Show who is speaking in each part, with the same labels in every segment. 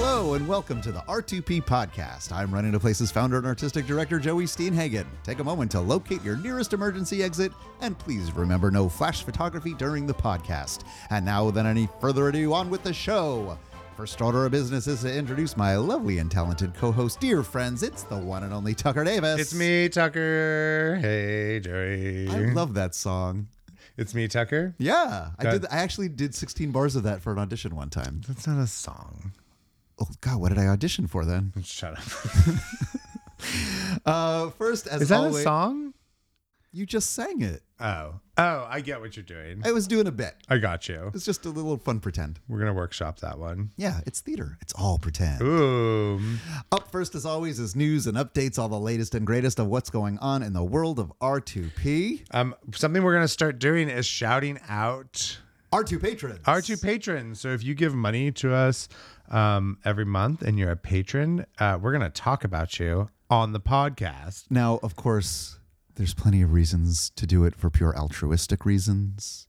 Speaker 1: welcome to the R2P podcast. I'm Running to Places founder and artistic director Joey Steenhagen. Take a moment to locate your nearest emergency exit, and please remember no flash photography during the podcast. And now, without any further ado, on with the show. First order of business is to introduce my lovely and talented co-host, dear friends. It's the one and only Tucker Davis.
Speaker 2: It's me, Tucker. Hey, Joey.
Speaker 1: I love that song.
Speaker 2: it's me, Tucker.
Speaker 1: Yeah, I
Speaker 2: That-
Speaker 1: did. I actually did 16 bars of that for an audition one time.
Speaker 2: That's not a song.
Speaker 1: Oh God, what did I audition for then?
Speaker 2: Shut up.
Speaker 1: Uh, first, as
Speaker 2: Is that
Speaker 1: always,
Speaker 2: a song?
Speaker 1: you just sang it.
Speaker 2: Oh. Oh, I get what you're doing.
Speaker 1: I was doing a bit.
Speaker 2: I got you.
Speaker 1: It's just a little fun pretend.
Speaker 2: We're going to workshop that one.
Speaker 1: Yeah, it's theater. It's all pretend.
Speaker 2: Ooh.
Speaker 1: Up first, as always, is news and updates, all the latest and greatest of what's going on in the world of R2P.
Speaker 2: Um, something we're going to start doing is shouting out
Speaker 1: R2 patrons.
Speaker 2: our two patrons. So if you give money to us um, every month and you're a patron, uh, we're going to talk about you on the podcast.
Speaker 1: Now, of course, there's plenty of reasons to do it for pure altruistic reasons,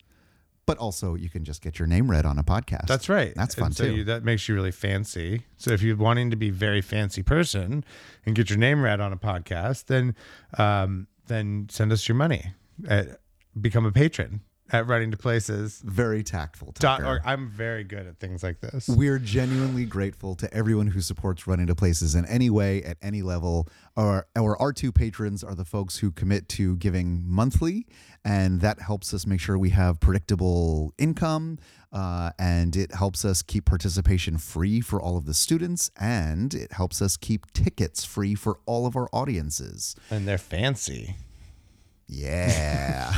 Speaker 1: but also you can just get your name read on a podcast.
Speaker 2: That's right.
Speaker 1: That's fun
Speaker 2: And so
Speaker 1: too.
Speaker 2: You, that makes you really fancy. So if you're wanting to be a very fancy person and get your name read on a podcast, then um, then send us your money. At, become a patron at running to places.
Speaker 1: Very tactful.
Speaker 2: Dot
Speaker 1: Tucker.
Speaker 2: org. I'm very good at things like this.
Speaker 1: We're genuinely grateful to everyone who supports Run Into Places in any way, at any level. Our, our R2 patrons are the folks who commit to giving monthly, and that helps us make sure we have predictable income, uh, and it helps us keep participation free for all of the students, and it helps us keep tickets free for all of our audiences.
Speaker 2: And they're fancy.
Speaker 1: Yeah.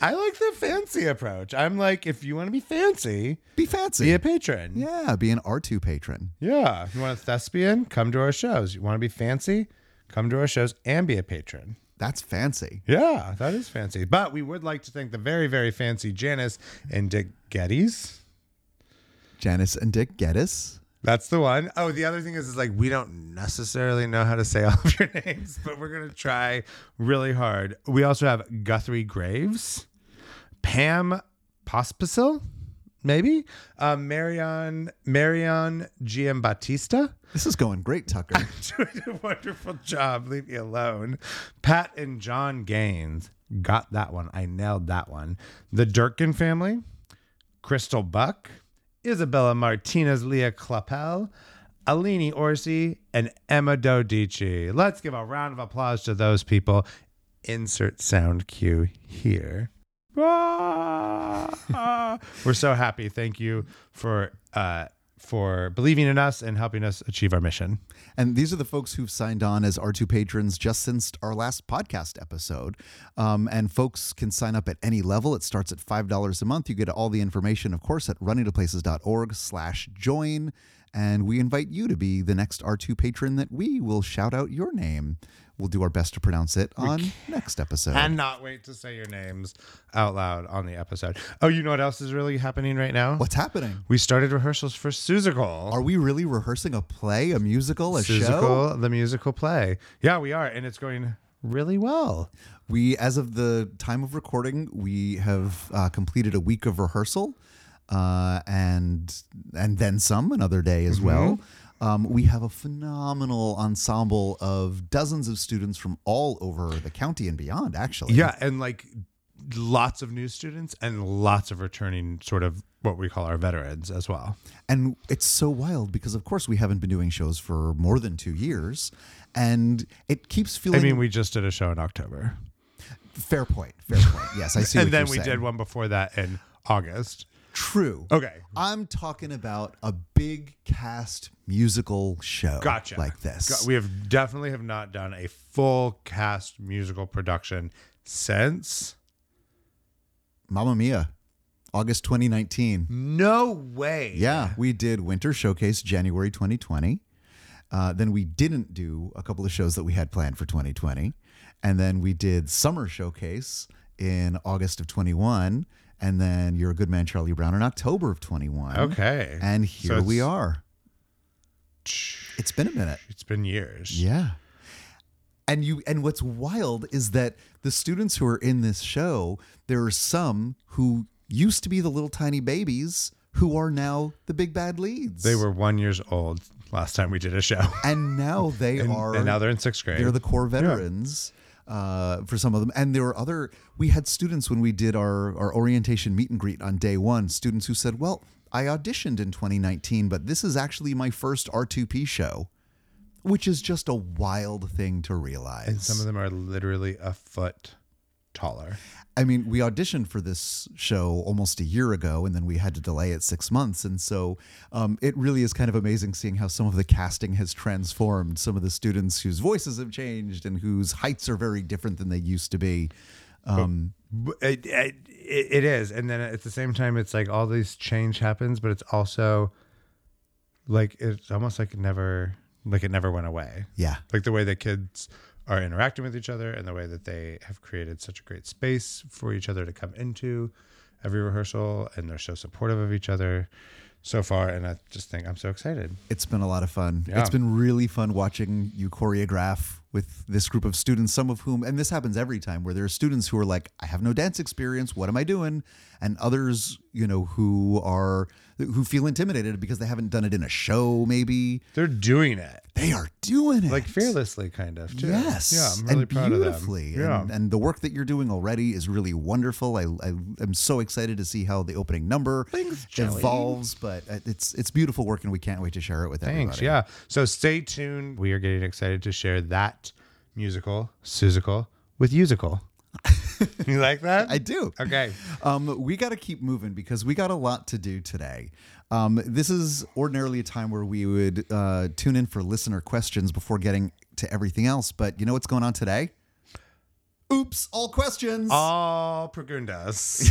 Speaker 2: I like the fancy approach. I'm like, if you want to be fancy,
Speaker 1: be fancy.
Speaker 2: be a patron.
Speaker 1: Yeah, be an R2 patron.
Speaker 2: Yeah. You want a thespian? Come to our shows. You want to be fancy? Come to our shows and be a patron.
Speaker 1: That's fancy.
Speaker 2: Yeah, that is fancy. But we would like to thank the very, very fancy Janice and Dick Gettys.
Speaker 1: Janice and Dick Geddes.
Speaker 2: That's the one. Oh, the other thing is, is like we don't necessarily know how to say all of your names, but we're gonna try really hard. We also have Guthrie Graves, Pam Pospisil, maybe uh, Marion Marion GM Batista.
Speaker 1: This is going great, Tucker.
Speaker 2: doing a wonderful job. Leave me alone. Pat and John Gaines got that one. I nailed that one. The Durkin family, Crystal Buck, Isabella Martinez, Leah Clapel, Alini Orsi, and Emma Dodici. Let's give a round of applause to those people. Insert sound cue here. Ah. We're so happy. Thank you for uh, for believing in us and helping us achieve our mission.
Speaker 1: And these are the folks who've signed on as R2 patrons just since our last podcast episode. Um, and folks can sign up at any level. It starts at $5 a month. You get all the information, of course, at runningtoplaces.org slash join. And we invite you to be the next R2 patron that we will shout out your name. We'll do our best to pronounce it on next episode.
Speaker 2: cannot wait to say your names out loud on the episode. Oh, you know what else is really happening right now?
Speaker 1: What's happening?
Speaker 2: We started rehearsals for Susical.
Speaker 1: Are we really rehearsing a play, a musical, Oh, a show?
Speaker 2: Susical, the musical play. Yeah, we are, and it's going really well.
Speaker 1: We, as of the time of recording, we have uh, completed a week of rehearsal, uh, and and then some another day as well.
Speaker 2: Mm-hmm.
Speaker 1: Um, we have a phenomenal ensemble of dozens of students from all over the county and beyond. Actually,
Speaker 2: Yeah, and like lots of new students and lots of returning sort of what we call our veterans as well.
Speaker 1: And it's so wild because, of course, we haven't been doing shows for more than two years, and it keeps
Speaker 2: I
Speaker 1: feeling.
Speaker 2: mean, we just did a show in October.
Speaker 1: fair point. Fair point. Yes, I see.
Speaker 2: And
Speaker 1: what
Speaker 2: then
Speaker 1: you're
Speaker 2: we
Speaker 1: saying.
Speaker 2: did one before that in August.
Speaker 1: True.
Speaker 2: Okay.
Speaker 1: I'm talking about a big cast musical show.
Speaker 2: Gotcha.
Speaker 1: Like this.
Speaker 2: Go- we have definitely have not done a full cast musical production since.
Speaker 1: Mamma Mia, August 2019.
Speaker 2: No way.
Speaker 1: Yeah, we did Winter Showcase January 2020. Uh, then we didn't do a couple of shows that we had planned for 2020. And then we did Summer Showcase in August of 21. And then You're a Good Man, Charlie Brown in October of 21.
Speaker 2: Okay.
Speaker 1: And here
Speaker 2: So
Speaker 1: we
Speaker 2: it's-
Speaker 1: are. It's been a minute.
Speaker 2: It's been years.
Speaker 1: Yeah. And you and what's wild is that the students who are in this show, there are some who used to be the little tiny babies who are now the big bad leads.
Speaker 2: They were one years old last time we did a show.
Speaker 1: and now they
Speaker 2: And,
Speaker 1: are
Speaker 2: and now they're in sixth grade.
Speaker 1: they're the core veterans uh, for some of them. And there were other, we had students when we did our, our orientation meet and greet on day one, students who said, Well, I auditioned in 2019, but this is actually my first R2P show, which is just a wild thing to realize.
Speaker 2: and some of them are literally a foot taller.
Speaker 1: I mean, we auditioned for this show almost a year ago, and then we had to delay it six months. And so um, it really is kind of amazing seeing how some of the casting has transformed. Some of the students whose voices have changed and whose heights are very different than they used to be.
Speaker 2: B- It, it, it is. And then at the same time, it's like all these change happens, but it's also like it's almost like it never like it never went away.
Speaker 1: Yeah.
Speaker 2: Like the way that kids are interacting with each other and the way that they have created such a great space for each other to come into every rehearsal and they're so supportive of each other so far. And I just think I'm so excited.
Speaker 1: It's been a lot of fun.
Speaker 2: Yeah.
Speaker 1: It's been really fun watching you choreograph with this group of students, some of whom, and this happens every time, where there are students who are like, I have no dance experience. What am I doing? And others, you know, who are, who feel intimidated because they haven't done it in a show, maybe.
Speaker 2: They're doing it.
Speaker 1: They are doing it.
Speaker 2: Like fearlessly kind of too.
Speaker 1: Yes.
Speaker 2: Yeah, I'm really
Speaker 1: and
Speaker 2: proud of them.
Speaker 1: beautifully.
Speaker 2: Yeah.
Speaker 1: And, and the work that you're doing already is really wonderful. I, I am so excited to see how the opening number
Speaker 2: Thanks, Joey.
Speaker 1: evolves, but uh, it's it's beautiful work, and we can't wait to share it with everybody.
Speaker 2: Thanks. Yeah. So stay tuned. We are getting excited to share that musical, Susical, with Usical. you like that?
Speaker 1: I do.
Speaker 2: okay.
Speaker 1: Um, we got to keep moving because we got a lot to do today. Um, this is ordinarily a time where we would uh, tune in for listener questions before getting to everything else, but you know what's going on today? Oops, all questions.
Speaker 2: Uh, All Pregundas.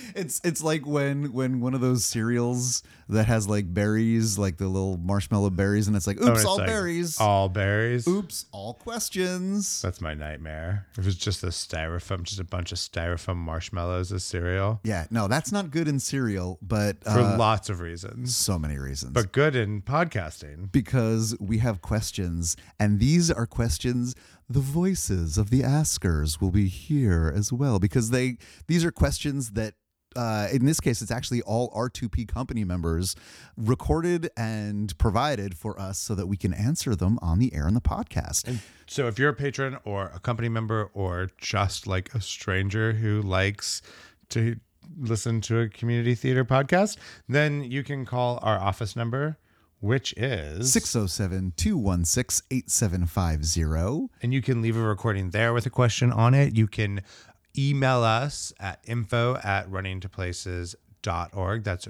Speaker 1: it's it's like when when one of those cereals that has like berries, like the little marshmallow berries, and it's like oops,
Speaker 2: Oh, It's
Speaker 1: all
Speaker 2: like, uh,
Speaker 1: berries.
Speaker 2: All berries.
Speaker 1: oops, all questions.
Speaker 2: That's my nightmare. If it's just a styrofoam, just a bunch of styrofoam marshmallows as cereal
Speaker 1: Yeah, no, that's not good in cereal, but
Speaker 2: for
Speaker 1: uh,
Speaker 2: lots of reasons,
Speaker 1: so many reasons.
Speaker 2: but good in podcasting.
Speaker 1: because we have questions, and these are questions the voices of the askers will be here as well because they these are questions that. Uh, in this case, it's actually all R2P company members recorded and provided for us so that we can answer them on the air in the podcast.
Speaker 2: So if you're a patron or a company member or just like a stranger who likes to listen to a community theater podcast, then you can call our office number, which is
Speaker 1: 607 216 8750.
Speaker 2: and you can leave a recording there with a question on it. You can email us at info at runningtoplaces.org. That's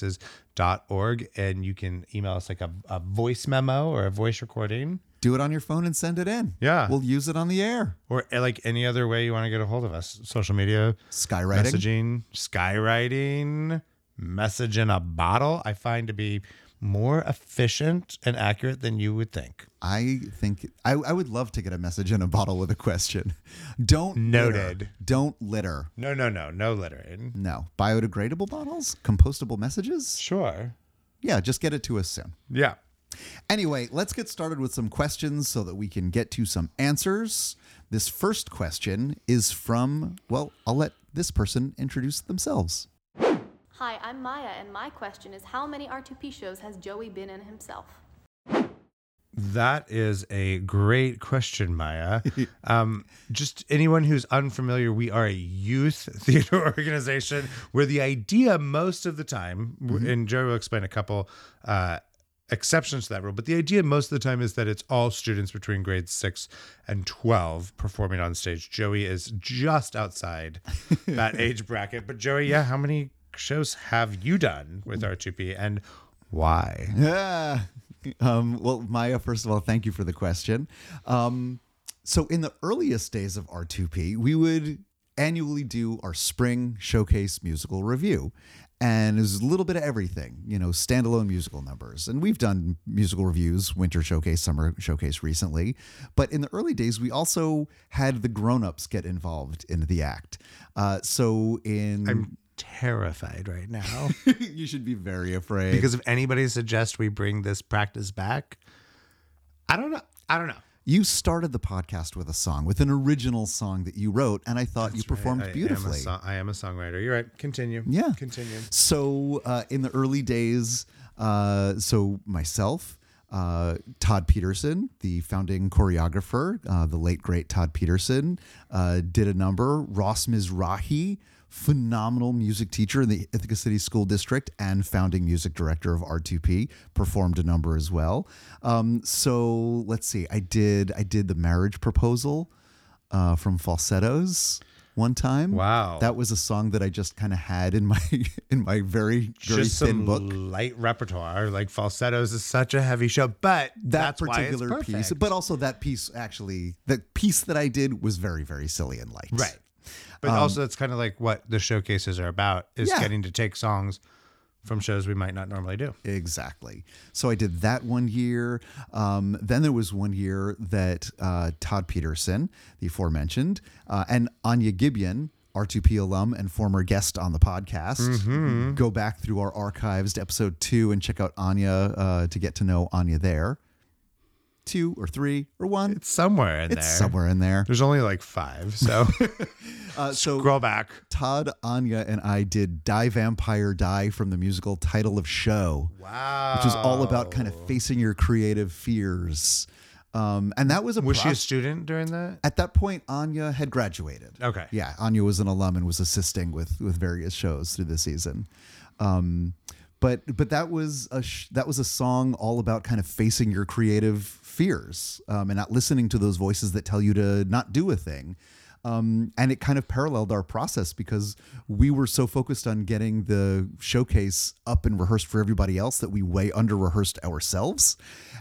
Speaker 2: runningtoplaces.org. And you can email us like a, a voice memo or a voice recording
Speaker 1: Do it on your phone and send it in.
Speaker 2: Yeah.
Speaker 1: We'll use it on the air.
Speaker 2: or uh, like any other way you want to get a hold of us. Social media,
Speaker 1: Skywriting.
Speaker 2: messaging, skywriting, message in a bottle, I find to be more efficient and accurate than you would think.
Speaker 1: I think I, I would love to get a message in a bottle with a question. Don't
Speaker 2: Noted.
Speaker 1: Litter. Don't litter.
Speaker 2: No, no, no, no lettering.
Speaker 1: No. Biodegradable bottles? Compostable messages?
Speaker 2: Sure.
Speaker 1: Yeah, just get it to us soon.
Speaker 2: Yeah.
Speaker 1: Anyway, let's get started with some questions so that we can get to some answers. This first question is from, well, I'll let this person introduce themselves.
Speaker 3: Hi, I'm Maya, and my question is how many R2P shows has Joey been in himself?
Speaker 2: That is a great question, Maya. Um, just anyone who's unfamiliar, we are a youth theater organization where the idea most of the time, and Joe will explain a couple uh, exceptions to that rule, but the idea most of the time is that it's all students between grades six and 12 performing on stage. Joey is just outside that age bracket. But, Joey, yeah, how many shows have you done with R2P and why?
Speaker 1: Yeah. Um, well, Maya, first of all, thank you for the question. Um, so, in the earliest days of R2P, we would annually do our spring showcase musical review. And it was a little bit of everything, you know, standalone musical numbers. And we've done musical reviews, winter showcase, summer showcase recently. But in the early days, we also had the grown ups get involved in the act. Uh, so, in.
Speaker 2: I'm terrified right now
Speaker 1: you should be very afraid.
Speaker 2: because if anybody suggests we bring this practice back, I don't know. I don't know.
Speaker 1: You started the podcast with a song, with an original song that you wrote, and I thought you performed
Speaker 2: I am a
Speaker 1: beautifully.
Speaker 2: so- I am a songwriter. You're right. Continue.
Speaker 1: Yeah.
Speaker 2: Continue.
Speaker 1: So uh, in the early days, uh, so myself, uh, Todd Peterson, the founding choreographer, uh, the late great Todd Peterson, uh, did a number. Ross Mizrahi, phenomenal music teacher in the Ithaca City School District and founding music director of R2P, performed a number as well. Um, so let's see, I did I did the marriage proposal uh, from Falsettos one time.
Speaker 2: Wow.
Speaker 1: that was a song that I just kind of had in my in my very very
Speaker 2: Just
Speaker 1: thin
Speaker 2: some
Speaker 1: book.
Speaker 2: light repertoire. Like falsettos is such a heavy show, but
Speaker 1: That
Speaker 2: that's why it's
Speaker 1: particular piece,
Speaker 2: perfect.
Speaker 1: but also that piece actually, the piece that I did was very very silly and light.
Speaker 2: Right. But also, that's kind of like what the showcases are about is
Speaker 1: um, Yeah.
Speaker 2: getting to take songs from shows we might not normally do.
Speaker 1: Exactly. So I did that one year. Um, then there was one year that uh, Todd Peterson, the aforementioned, uh, and Anya Gibeon, R2P alum and former guest on the podcast, go back through our archives to episode two and check out Anya uh, to get to know Anya there. Two or three or one. It's,
Speaker 2: It's somewhere in there.
Speaker 1: somewhere in there.
Speaker 2: There's only like five. So
Speaker 1: Uh, so
Speaker 2: scroll back.
Speaker 1: Todd, Anya, and I did Die Vampire Die from the musical title of show.
Speaker 2: Wow.
Speaker 1: which was all about kind of facing your creative fears. Um, and that was a
Speaker 2: Was she a
Speaker 1: process-
Speaker 2: student during that?
Speaker 1: at that point Anya had graduated.
Speaker 2: Okay.
Speaker 1: Yeah, Anya was an alum and was assisting with with various shows through the season. Um, but but that was a sh- that was a song all about kind of facing your creative fears um, and not listening to those voices that tell you to not do a thing. Um, and it kind of paralleled our process because we were so focused on getting the showcase up and rehearsed for everybody else that we way under rehearsed ourselves.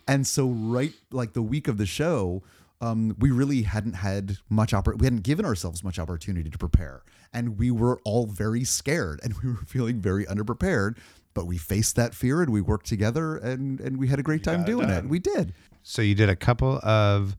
Speaker 1: And so, right like the week of the show, um, we really hadn't had much oppor- we hadn't given ourselves much opportunity to prepare and we were all very scared and we were feeling very underprepared but we faced that fear and we worked together and and we had a great time doing it we did
Speaker 2: So you did a couple of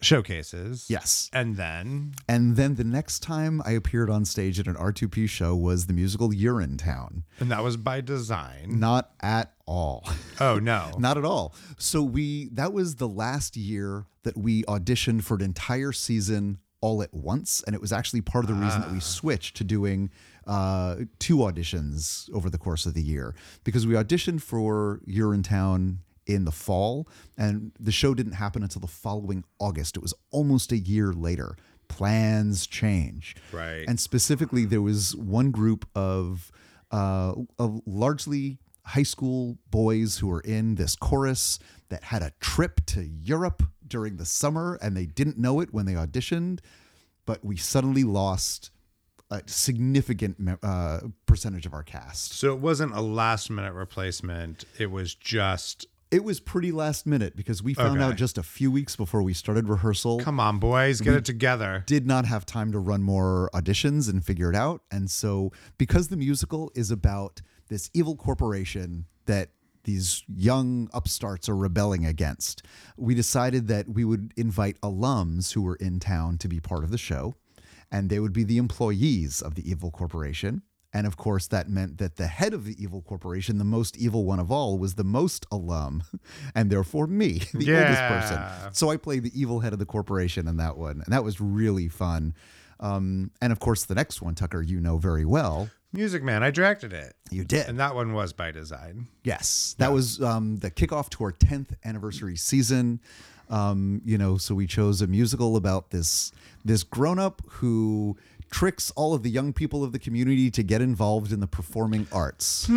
Speaker 2: showcases.
Speaker 1: yes
Speaker 2: And then
Speaker 1: and then the next time i appeared on stage at an r2p show was the musical urine town
Speaker 2: and that was by design.
Speaker 1: not at all
Speaker 2: Oh no.
Speaker 1: Not at all. So we that was the last year that we auditioned for an entire season all at once, and it was actually part of the reason that we switched to doing uh, two auditions over the course of the year because we auditioned for Urinetown in the fall, and the show didn't happen until the following August. It was almost a year later. Plans change,
Speaker 2: Right.
Speaker 1: And specifically, there was one group of, uh, of largely high school boys who were in this chorus that had a trip to Europe during the summer and they didn't know it when they auditioned, but we suddenly lost a significant me- uh, percentage of our cast.
Speaker 2: So it wasn't a last minute replacement. It was just
Speaker 1: It was pretty last minute because we found
Speaker 2: Okay.
Speaker 1: out just a few weeks before we started rehearsal.
Speaker 2: come on, boys, get it together.
Speaker 1: did not have time to run more auditions and figure it out. And so, because the musical is about this evil corporation that these young upstarts are rebelling against, we decided that we would invite alums who were in town to be part of the show, and they would be the employees of the evil corporation. And of course, that meant that the head of the evil corporation, the most evil one of all, was the most alum, and therefore me, the oldest person.
Speaker 2: Yeah.
Speaker 1: So I played the evil head of the corporation in that one, and that was really fun. Um, and of course, the next one, Tucker, you know very well.
Speaker 2: Music Man, I directed it.
Speaker 1: You did.
Speaker 2: And that one was by design.
Speaker 1: Yes, that was um, the kickoff to our tenth anniversary season. Um, you know, so we chose a musical about this this grown up who tricks all of the young people of the community to get involved in the performing arts.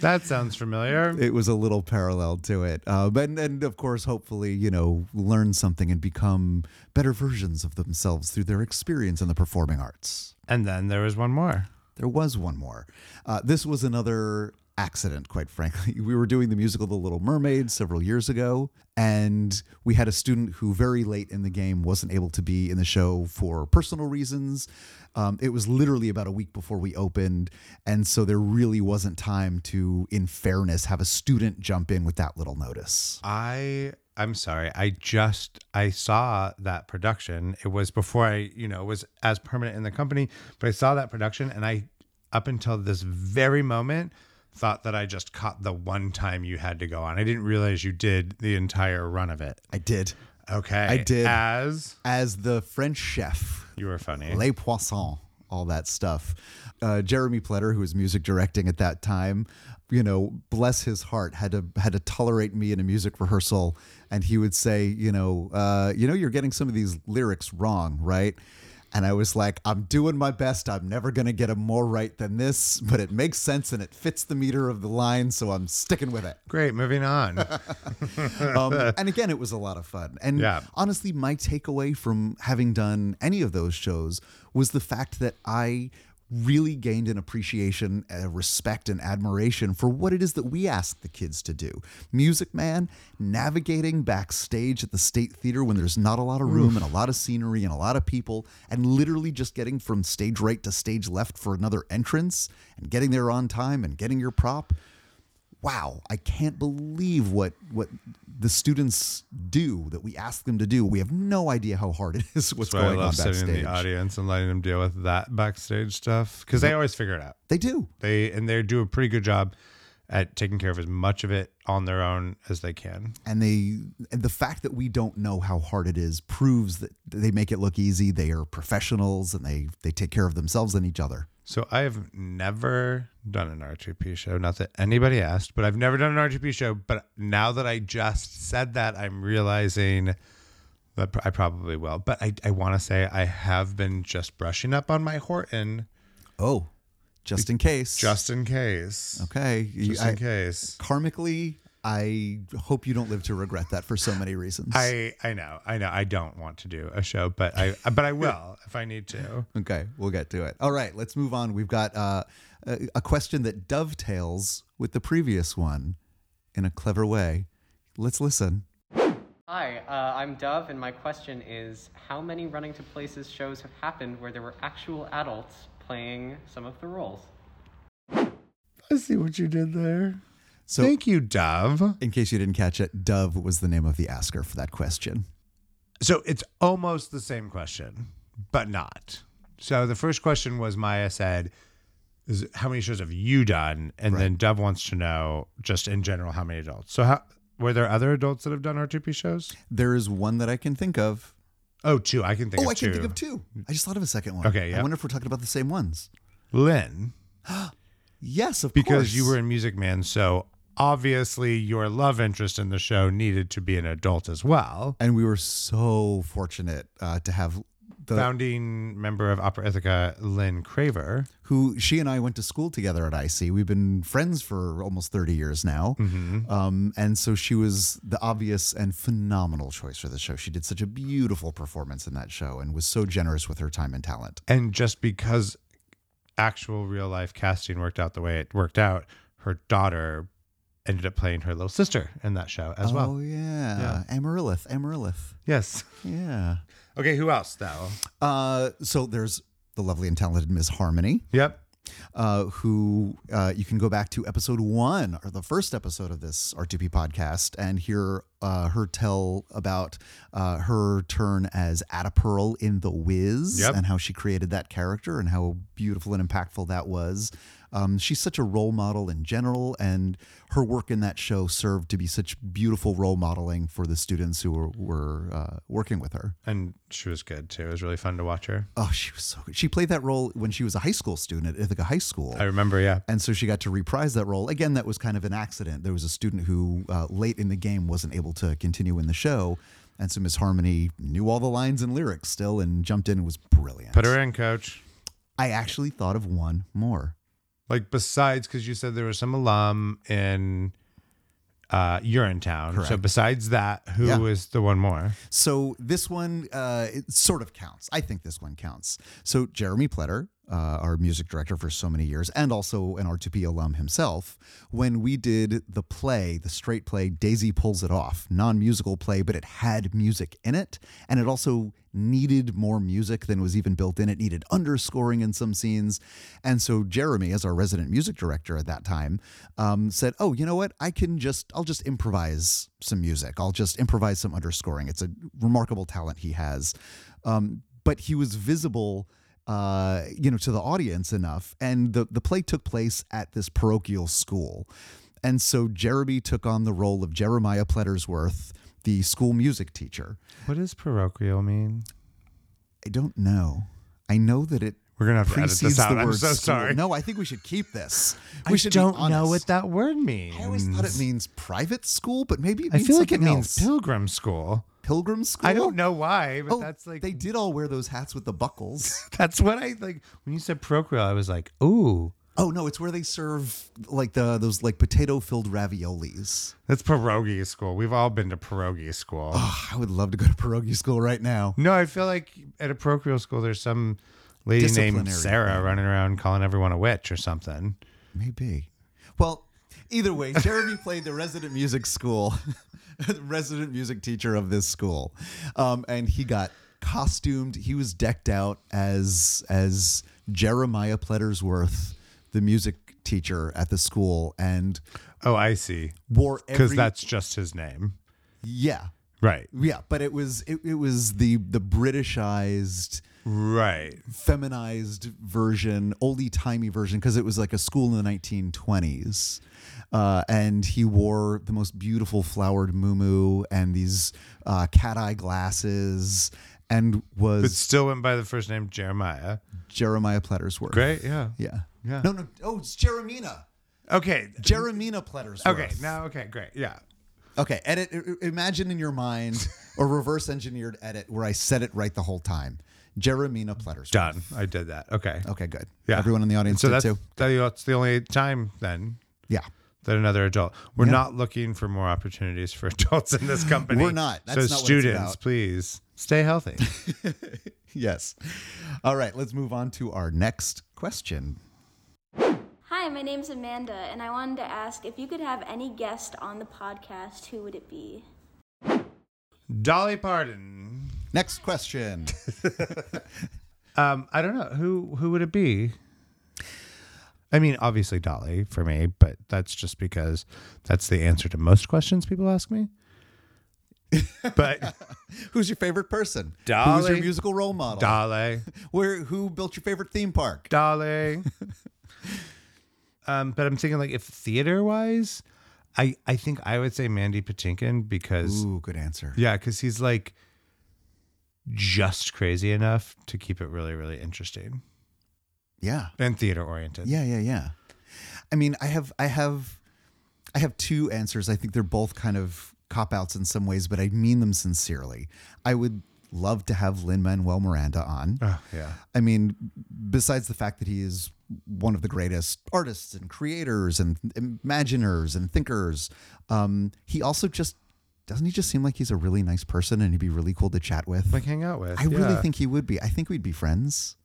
Speaker 2: That sounds familiar.
Speaker 1: it was a little parallel to it. Um, and, and of course, hopefully, you know, learn something and become better versions of themselves through their experience in the performing arts.
Speaker 2: And then there was one more.
Speaker 1: There was one more. Uh, this was another accident, quite frankly. We were doing the musical The Little Mermaid several years ago, and we had a student who, very late in the game, wasn't able to be in the show for personal reasons. Um, it was literally about a week before we opened, and so there really wasn't time to, in fairness, have a student jump in with that little notice.
Speaker 2: I I'm sorry. I just I saw that production. It was before I, you know, was as permanent in the company, but I saw that production and I up until this very moment thought that I just caught the one time you had to go on. I didn't realize you did the entire run of it.
Speaker 1: I did.
Speaker 2: Okay.
Speaker 1: I did.
Speaker 2: As
Speaker 1: As the French chef,
Speaker 2: you were funny.
Speaker 1: Les Poissons, all that stuff. Uh, Jeremy Pletter, who was music directing at that time, you know, bless his heart, had to had to tolerate me in a music rehearsal, and he would say, you know, uh, you know, you're getting some of these lyrics wrong, right? And I was like, I'm doing my best. I'm never gonna get them more right than this, but it makes sense and it fits the meter of the line, so I'm sticking with it
Speaker 2: Great. Moving on.
Speaker 1: um, and again, it was a lot of fun. And
Speaker 2: Yeah.
Speaker 1: honestly, my takeaway from having done any of those shows was the fact that I really gained an appreciation, a respect, and admiration for what it is that we ask the kids to do. Music Man, navigating backstage at the State Theater when there's not a lot of room and a lot of scenery and a lot of people, and literally just getting from stage right to stage left for another entrance and getting there on time and getting your prop wow i can't believe what what the students do that we ask them to do we have no idea how hard it is what's
Speaker 2: That's why I
Speaker 1: going on
Speaker 2: love sitting in
Speaker 1: backstage
Speaker 2: the audience and letting them deal with that backstage stuff because they always figure it out.
Speaker 1: they do
Speaker 2: They and they do a pretty good job at taking care of as much of it on their own as they can.
Speaker 1: and they and the fact that we don't know how hard it is proves that they make it look easy they are professionals and they they take care of themselves and each other
Speaker 2: So I have never done an R2P show. Not that anybody asked, but I've never done an R2P show. But now that I just said that, I'm realizing that pr- I probably will. But I, I want to say I have been just brushing up on my Horton
Speaker 1: oh just in case
Speaker 2: just in case.
Speaker 1: okay You-
Speaker 2: Just
Speaker 1: I-
Speaker 2: in case.
Speaker 1: karmically i hope you don't live to regret that for so many reasons
Speaker 2: I I know I know I don't want to do a show, but I but I will if I need to.
Speaker 1: Okay, we'll get to it. All right, let's move on. We've got uh, a, a question that dovetails with the previous one in a clever way. Let's listen.
Speaker 4: Hi, uh, I'm Dove, and my question is How many Running to Places shows have happened where there were actual adults playing some of the roles?
Speaker 2: I see what you did there.
Speaker 1: So,
Speaker 2: Thank you, Dove.
Speaker 1: in case you didn't catch it, Dove was the name of the asker for that question.
Speaker 2: So it's almost the same question, but not. So the first question was Maya said, is "How many shows have you done?" And then Dove wants to know just in general how many adults. So how, were there other adults that have done R2P shows?
Speaker 1: There is one that I can think of.
Speaker 2: Oh, two. I can think
Speaker 1: oh,
Speaker 2: of
Speaker 1: I
Speaker 2: two.
Speaker 1: can think of two. I just thought of a second one.
Speaker 2: Okay, yeah.
Speaker 1: I wonder if we're talking about the same ones.
Speaker 2: Lynn,
Speaker 1: Yes, of
Speaker 2: because
Speaker 1: course.
Speaker 2: you were in Music Man, so obviously your love interest in the show needed to be an adult as well.
Speaker 1: And we were so fortunate uh, to have the
Speaker 2: Founding member of Opera Ithaca, Lynn Craver.
Speaker 1: who she and I went to school together at IC. We've been friends for almost 30 years now. Um, and so she was the obvious and phenomenal choice for the show. She did such a beautiful performance in that show and was so generous with her time and talent.
Speaker 2: And just because actual real life casting worked out the way it worked out, her daughter ended up playing her little sister in that show as
Speaker 1: Oh,
Speaker 2: well.
Speaker 1: yeah. Amaryllis, Amaryllis.
Speaker 2: Yes.
Speaker 1: Yeah.
Speaker 2: Okay, who else though?
Speaker 1: Uh, so there's the lovely and talented Miss Harmony.
Speaker 2: Yep.
Speaker 1: uh, who uh, you can go back to episode one or the first episode of this R2P podcast and hear uh, her tell about uh, her turn as Ada Pearl in The Wiz
Speaker 2: Yep.
Speaker 1: and how she created that character and how beautiful and impactful that was. Um, she's such a role model in general, and her work in that show served to be such beautiful role modeling for the students who were, were uh, working with her.
Speaker 2: And she was good too. It was really fun to watch her.
Speaker 1: Oh, she was so good. She played that role when she was a high school student at Ithaca High School.
Speaker 2: I remember, yeah.
Speaker 1: And so she got to reprise that role. Again, that was kind of an accident. There was a student who uh, late in the game wasn't able to continue in the show. And so Miss Harmony knew all the lines and lyrics still and jumped in and was brilliant.
Speaker 2: Put her in, coach.
Speaker 1: I actually thought of one more.
Speaker 2: Like besides because you said there was some alum in uh Urinetown. So
Speaker 1: Correct.
Speaker 2: besides that, who
Speaker 1: Yeah.
Speaker 2: was the one more?
Speaker 1: So this one uh, it sort of counts. I think this one counts. So Jeremy Pletter, uh, our music director for so many years, and also an R2P alum himself, when we did the play, the straight play, Daisy Pulls It Off, non-musical play, but it had music in it, and it also needed more music than was even built in. It needed underscoring in some scenes. And so Jeremy, as our resident music director at that time, um, said, Oh, you know what? I can just, I'll just improvise some music. I'll just improvise some underscoring. It's a remarkable talent he has. Um, but he was visible uh, you know, to the audience enough. And the, the play took place at this parochial school. And so Jeremy took on the role of Jeremiah Plettersworth, the school music teacher.
Speaker 2: What does parochial mean?
Speaker 1: I don't know. I know that it
Speaker 2: We're gonna have to edit this
Speaker 1: precedes
Speaker 2: out.
Speaker 1: the
Speaker 2: I'm
Speaker 1: word
Speaker 2: so
Speaker 1: school.
Speaker 2: sorry.
Speaker 1: No, I think we should keep this. We
Speaker 2: I
Speaker 1: should be
Speaker 2: don't know
Speaker 1: honest.
Speaker 2: what that word means.
Speaker 1: I always thought it means private school, but maybe it
Speaker 2: I
Speaker 1: means
Speaker 2: feel like it
Speaker 1: something else.
Speaker 2: means pilgrim school.
Speaker 1: pilgrim school.
Speaker 2: I don't know why, but
Speaker 1: Oh,
Speaker 2: that's like
Speaker 1: they did all wear those hats with the buckles.
Speaker 2: that's what I like when you said parochial. I was like, ooh,
Speaker 1: oh no, it's where they serve like the those like potato filled raviolis.
Speaker 2: that's pierogi school. We've all been to pierogi school.
Speaker 1: Oh, I would love to go to pierogi school right now.
Speaker 2: No, I feel like at a parochial school, there's some lady named
Speaker 1: Disciplinary
Speaker 2: Sarah
Speaker 1: thing.
Speaker 2: running around calling everyone a witch or something.
Speaker 1: Maybe. Well, either way, Jeremy played the resident music school, the resident music teacher of this school, um, and he got costumed. He was decked out as as Jeremiah Plettersworth, the music teacher at the school, and
Speaker 2: Oh, I see.
Speaker 1: wore
Speaker 2: Because
Speaker 1: every
Speaker 2: that's just his name.
Speaker 1: yeah
Speaker 2: Right.
Speaker 1: yeah. But it was it, it was the the Britishized.
Speaker 2: Right.
Speaker 1: feminized version, oldie timey version, because it was like a school in the 1920s. Uh, and he wore the most beautiful flowered muumuu and these uh, cat eye glasses and was
Speaker 2: But still went by the first name Jeremiah.
Speaker 1: Jeremiah Plettersworth.
Speaker 2: Great. Yeah.
Speaker 1: Yeah.
Speaker 2: Yeah.
Speaker 1: No, no. Oh, it's Jeremina.
Speaker 2: Okay.
Speaker 1: Jeremina Plettersworth.
Speaker 2: Okay. Now, okay. Great. Yeah.
Speaker 1: Okay. Edit. i- i- Imagine in your mind or reverse engineered edit where I said it right the whole time. Jeremina Plettersworth.
Speaker 2: Done. I did that. Okay.
Speaker 1: Okay, good.
Speaker 2: Yeah.
Speaker 1: Everyone in the audience
Speaker 2: So
Speaker 1: did
Speaker 2: that's,
Speaker 1: too.
Speaker 2: that's the only time then
Speaker 1: Yeah.
Speaker 2: that another adult. We're not looking for more opportunities for adults in this company.
Speaker 1: We're not. That's
Speaker 2: so
Speaker 1: not what it's
Speaker 2: students,
Speaker 1: about.
Speaker 2: please stay healthy.
Speaker 1: Yes. All right, let's move on to our next question.
Speaker 5: Hi, my name's Amanda, and I wanted to ask if you could have any guest on the podcast, who would it be?
Speaker 2: Dolly Parton.
Speaker 1: Next question.
Speaker 2: Um, I don't know who who would it be. I mean, obviously Dolly for me, but that's just because that's the answer to most questions people ask me. But
Speaker 1: Who's your favorite person? Who's your
Speaker 2: Dolly.
Speaker 1: musical role model?
Speaker 2: Dolly,
Speaker 1: Where who built your favorite theme park?
Speaker 2: Dolly. Um, but I'm thinking like if theater wise, I I think I would say Mandy Patinkin because
Speaker 1: Ooh, good answer.
Speaker 2: yeah, because he's like just crazy enough to keep it really really interesting
Speaker 1: Yeah.
Speaker 2: and theater oriented.
Speaker 1: Yeah, yeah, yeah. I mean, I have I have I have two answers. I think they're both kind of cop outs in some ways, but I mean them sincerely. I would love to have Lin Manuel Miranda on.
Speaker 2: Oh, yeah.
Speaker 1: I mean, besides the fact that he is one of the greatest artists and creators and imaginers and thinkers, um, he also just doesn't he just seem like he's a really nice person and he'd be really cool to chat with.
Speaker 2: Like hang out with.
Speaker 1: I really
Speaker 2: yeah.
Speaker 1: think he would be. I think we'd be friends.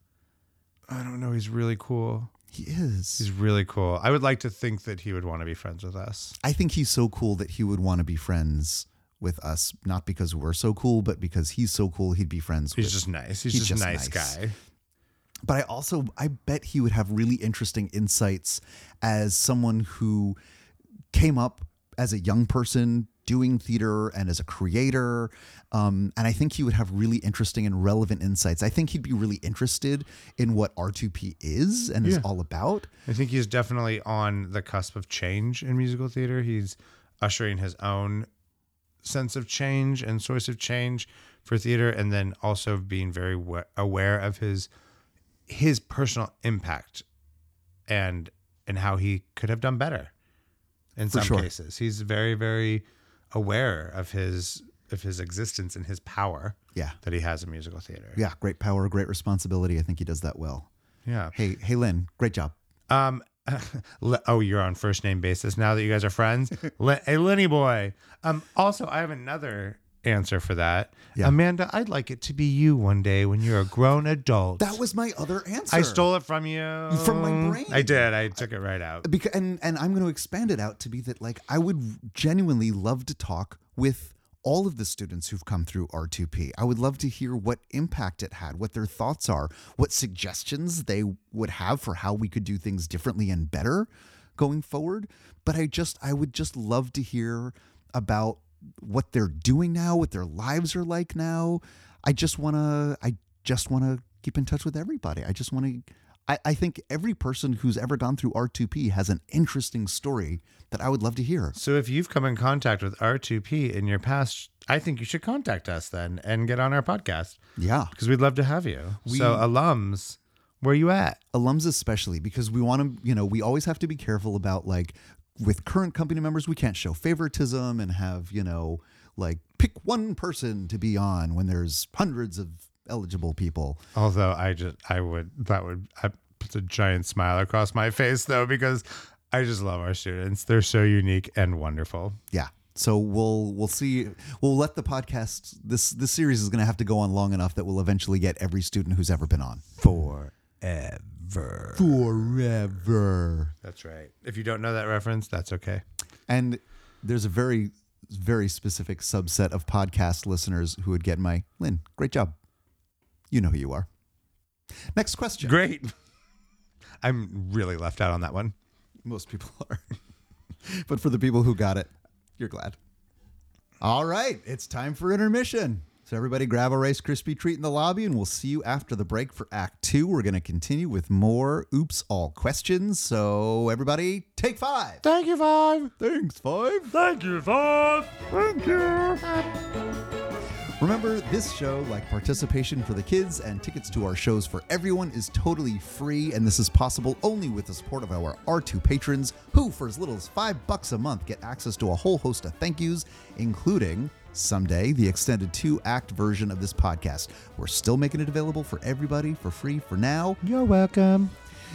Speaker 2: I don't know. He's really cool.
Speaker 1: He is.
Speaker 2: He's really cool. I would like to think that he would want to be friends with us.
Speaker 1: I think he's so cool that he would want to be friends with us, not because we're so cool, but because he's so cool, he'd be friends.
Speaker 2: He's
Speaker 1: with.
Speaker 2: just nice. He's,
Speaker 1: He's
Speaker 2: just,
Speaker 1: just
Speaker 2: a nice,
Speaker 1: nice.
Speaker 2: guy.
Speaker 1: but I also I bet he would have really interesting insights as someone who came up as a young person doing theater and as a creator um, and i think he would have really interesting and relevant insights i think he'd be really interested in what r2p is and is
Speaker 2: Yeah.
Speaker 1: all about
Speaker 2: I think he's definitely on the cusp of change in musical theater. He's ushering his own sense of change and source of change for theater, and then also being very wa- aware of his his personal impact and and how he could have done better in
Speaker 1: For
Speaker 2: some
Speaker 1: sure.
Speaker 2: cases. He's very very aware of his of his existence and his power
Speaker 1: yeah
Speaker 2: that he has in musical theater.
Speaker 1: yeah great power great responsibility i think he does that well
Speaker 2: Yeah.
Speaker 1: hey hey lynn great job
Speaker 2: Um. Le- oh, you're on first name basis now that you guys are friends. Le- hey, Lenny boy. Um. Also, I have another answer for that.
Speaker 1: Yeah.
Speaker 2: Amanda, I'd like it to be you one day when you're a grown adult.
Speaker 1: that was my other answer
Speaker 2: I stole it from you.
Speaker 1: From my brain.
Speaker 2: I did. I took it right out.
Speaker 1: because and and I'm going to expand it out to be that like I would genuinely love to talk with all of the students who've come through R2P. I would love to hear what impact it had, what their thoughts are, what suggestions they would have for how we could do things differently and better going forward, but I just I would just love to hear about what they're doing now, what their lives are like now. I just want to I just want to keep in touch with everybody. I just want to. I, I think every person who's ever gone through R2P has an interesting story that I would love to hear.
Speaker 2: So if you've come in contact with R2P in your past, I think you should contact us then and get on our podcast
Speaker 1: Yeah.
Speaker 2: because we'd love to have you. so alums, where you at?
Speaker 1: alums especially because we want to you know we always have to be careful about like with current company members we can't show favoritism and have you know like pick one person to be on when there's hundreds of eligible people
Speaker 2: Although I just I would that would I puts a giant smile across my face though because I just love our students. They're so unique and wonderful.
Speaker 1: yeah so we'll we'll see we'll let the podcast this this series is going to have to go on long enough that we'll eventually get every student who's ever been on
Speaker 2: Forever.
Speaker 1: forever
Speaker 2: That's right. If you don't know that reference, that's okay.
Speaker 1: and there's a very very specific subset of podcast listeners who would get my lynn great job you know who you are next question
Speaker 2: Great. I'm really left out on that one.
Speaker 1: Most people are. but for the people who got it, you're glad. All right, it's time for intermission. So everybody grab a Rice Krispie treat in the lobby and we'll see you after the break for Act Two. We're going to continue with more Oops All Questions. So everybody, take five.
Speaker 2: Thank you, Five.
Speaker 1: Thanks, five.
Speaker 2: Thank you, Five. Thank you.
Speaker 1: Remember, this show, like participation for the kids and tickets to our shows for everyone, is totally free, and this is possible only with the support of our R2 patrons, who, for as little as five bucks a month, get access to a whole host of thank yous, including someday the extended two act version of this podcast. We're still making it available for everybody for free for now.
Speaker 2: You're welcome.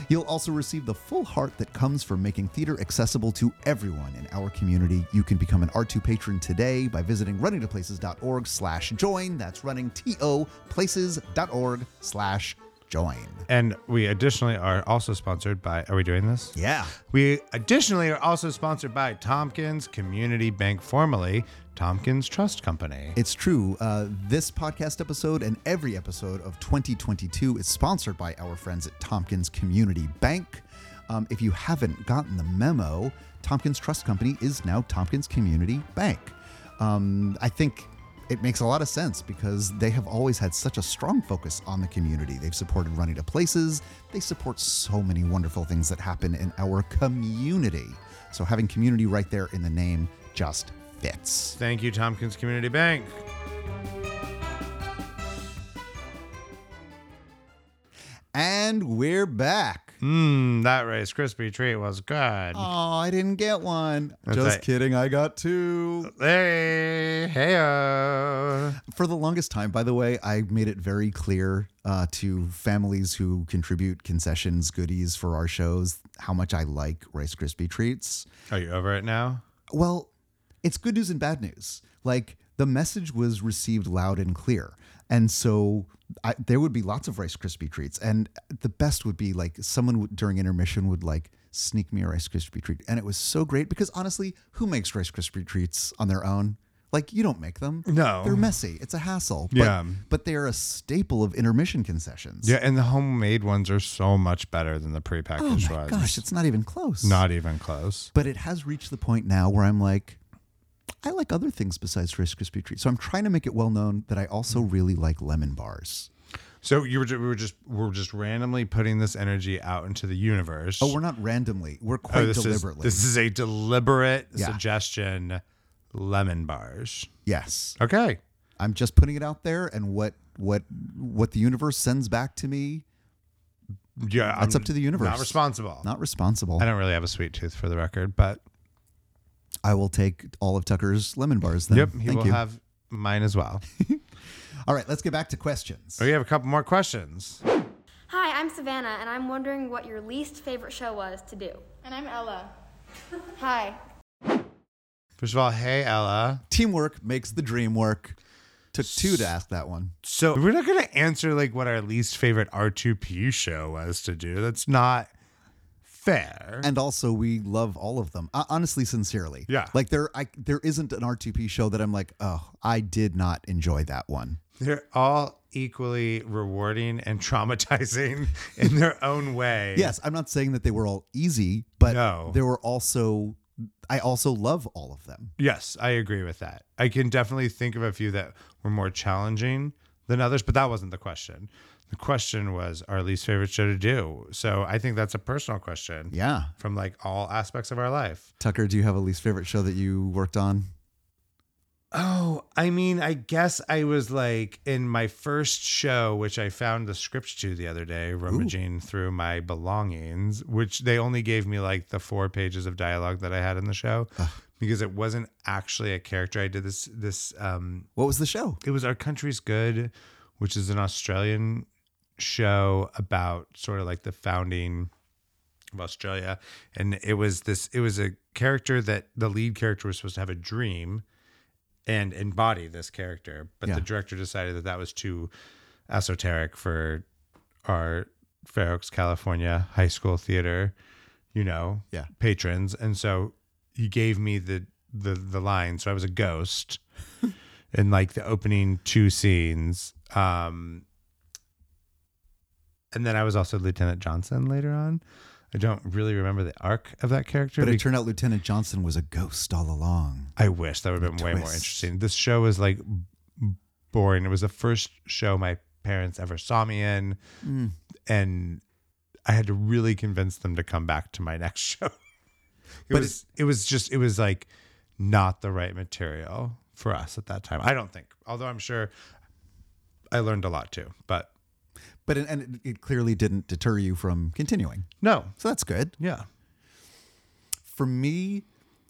Speaker 1: You'll also receive the full heart that comes from making theater accessible to everyone in our community. You can become an R2 patron today by visiting runningtoplaces.org slash join. That's running T-O places.org slash join.
Speaker 2: And we additionally are also sponsored by. Are we doing this?
Speaker 1: Yeah.
Speaker 2: We additionally are also sponsored by Tompkins Community Bank, formerly Tompkins Trust Company.
Speaker 1: It's true. Uh, this podcast episode and every episode of 2022 is sponsored by our friends at Tompkins Community Bank. Um, if you haven't gotten the memo, Tompkins Trust Company is now Tompkins Community Bank. Um, I think it makes a lot of sense because they have always had such a strong focus on the community. They've supported Running to Places, they support so many wonderful things that happen in our community. So having community right there in the name just fits.
Speaker 2: Thank you, Tompkins Community Bank.
Speaker 1: And we're back.
Speaker 2: Mmm, that Rice Krispie treat was good.
Speaker 1: Oh, I didn't get one.
Speaker 2: That's
Speaker 1: Just
Speaker 2: right.
Speaker 1: kidding. I got two.
Speaker 2: Hey, hey,
Speaker 1: For the longest time, by the way, I made it very clear uh, to families who contribute concessions, goodies for our shows, how much I like Rice Krispie treats.
Speaker 2: Are you over it now?
Speaker 1: Well, it's good news and bad news. Like the message was received loud and clear. And so I, there would be lots of Rice Krispie treats. And the best would be like someone would, during intermission would like sneak me a Rice Krispie treat. And it was so great because honestly, who makes Rice Krispie treats on their own? Like you don't make them.
Speaker 2: No.
Speaker 1: They're messy. It's a hassle. But,
Speaker 2: Yeah.
Speaker 1: But they're a staple of intermission concessions.
Speaker 2: Yeah, and the homemade ones are so much better than the prepackaged
Speaker 1: Oh my
Speaker 2: ones.
Speaker 1: gosh, it's not even close.
Speaker 2: Not even close.
Speaker 1: But it has reached the point now where I'm like, I like other things besides Rice Krispie treats. So I'm trying to make it well known that I also
Speaker 2: Mm.
Speaker 1: really like lemon bars.
Speaker 2: So you were just, we were just we're just randomly putting this energy out into the universe. Oh,
Speaker 1: Oh, we're not randomly. We're quite
Speaker 2: this
Speaker 1: deliberately.
Speaker 2: Is, this is a deliberate
Speaker 1: Yeah.
Speaker 2: suggestion. Lemon bars.
Speaker 1: yes,
Speaker 2: Okay.
Speaker 1: I'm just putting it out there, and what what what the universe sends back to me,
Speaker 2: Yeah,
Speaker 1: that's
Speaker 2: I'm
Speaker 1: up to the universe.
Speaker 2: Not responsible.
Speaker 1: Not responsible.
Speaker 2: I don't really have a sweet tooth for the record, but
Speaker 1: I will take all of Tucker's lemon bars. Then.
Speaker 2: yep, he
Speaker 1: Thank
Speaker 2: will
Speaker 1: you.
Speaker 2: have mine as well.
Speaker 1: all right, let's get back to questions.
Speaker 2: we have a couple more questions.
Speaker 3: Hi, I'm Savannah, and I'm wondering what your least favorite show was to do.
Speaker 5: And I'm Ella.
Speaker 3: Hi.
Speaker 2: First of all, hey Ella.
Speaker 1: Teamwork makes the dream work. Took two to ask that one.
Speaker 2: So we're not gonna answer like what our least favorite R2P show was to do. That's not fair.
Speaker 1: and also we love all of them uh, honestly sincerely
Speaker 2: Yeah.
Speaker 1: like there I, there isn't an r2p show that i'm like oh i did not enjoy that one
Speaker 2: They're all equally rewarding and traumatizing in their own way.
Speaker 1: yes i'm not saying that they were all easy but
Speaker 2: No.
Speaker 1: there were also i also love all of them
Speaker 2: Yes, I agree with that. I can definitely think of a few that were more challenging than others, but that wasn't the question. The question was our least favorite show to do. So I think that's a personal question.
Speaker 1: Yeah.
Speaker 2: From like all aspects of our life.
Speaker 1: Tucker, do you have a least favorite show that you worked on?
Speaker 2: Oh, I mean, I guess I was like in my first show, which I found the script to the other day, rummaging through my belongings, which they only gave me like the four pages of dialogue that I had in the show because it wasn't actually a character. I did this, this, um,
Speaker 1: What was the show?
Speaker 2: it was Our Country's Good, which is an Australian show about sort of like the founding of Australia. And it was this, it was a character that the lead character was supposed to have a dream and embody this character. But
Speaker 1: Yeah.
Speaker 2: the director decided that that was too esoteric for our Fair Oaks, California high school theater, you know,
Speaker 1: Yeah.
Speaker 2: patrons. And so he gave me the, the, the line. So I was a ghost in like the opening two scenes. Um, and then I was also Lieutenant Johnson later on. I don't really remember the arc of that character.
Speaker 1: But
Speaker 2: because-
Speaker 1: it turned out Lieutenant Johnson was a ghost all along.
Speaker 2: I wish that would have been way more
Speaker 1: Twist.
Speaker 2: interesting. This show was like b- boring. It was the first show my parents ever saw me in,
Speaker 1: Mm.
Speaker 2: and I had to really convince them to come back to my next show. It
Speaker 1: But
Speaker 2: was it, was just it was like not the right material for us at that time. I don't think. Although I'm sure I learned a lot too. But
Speaker 1: But it, and it, it clearly didn't deter you from continuing.
Speaker 2: no,
Speaker 1: So that's good.
Speaker 2: yeah,
Speaker 1: For me,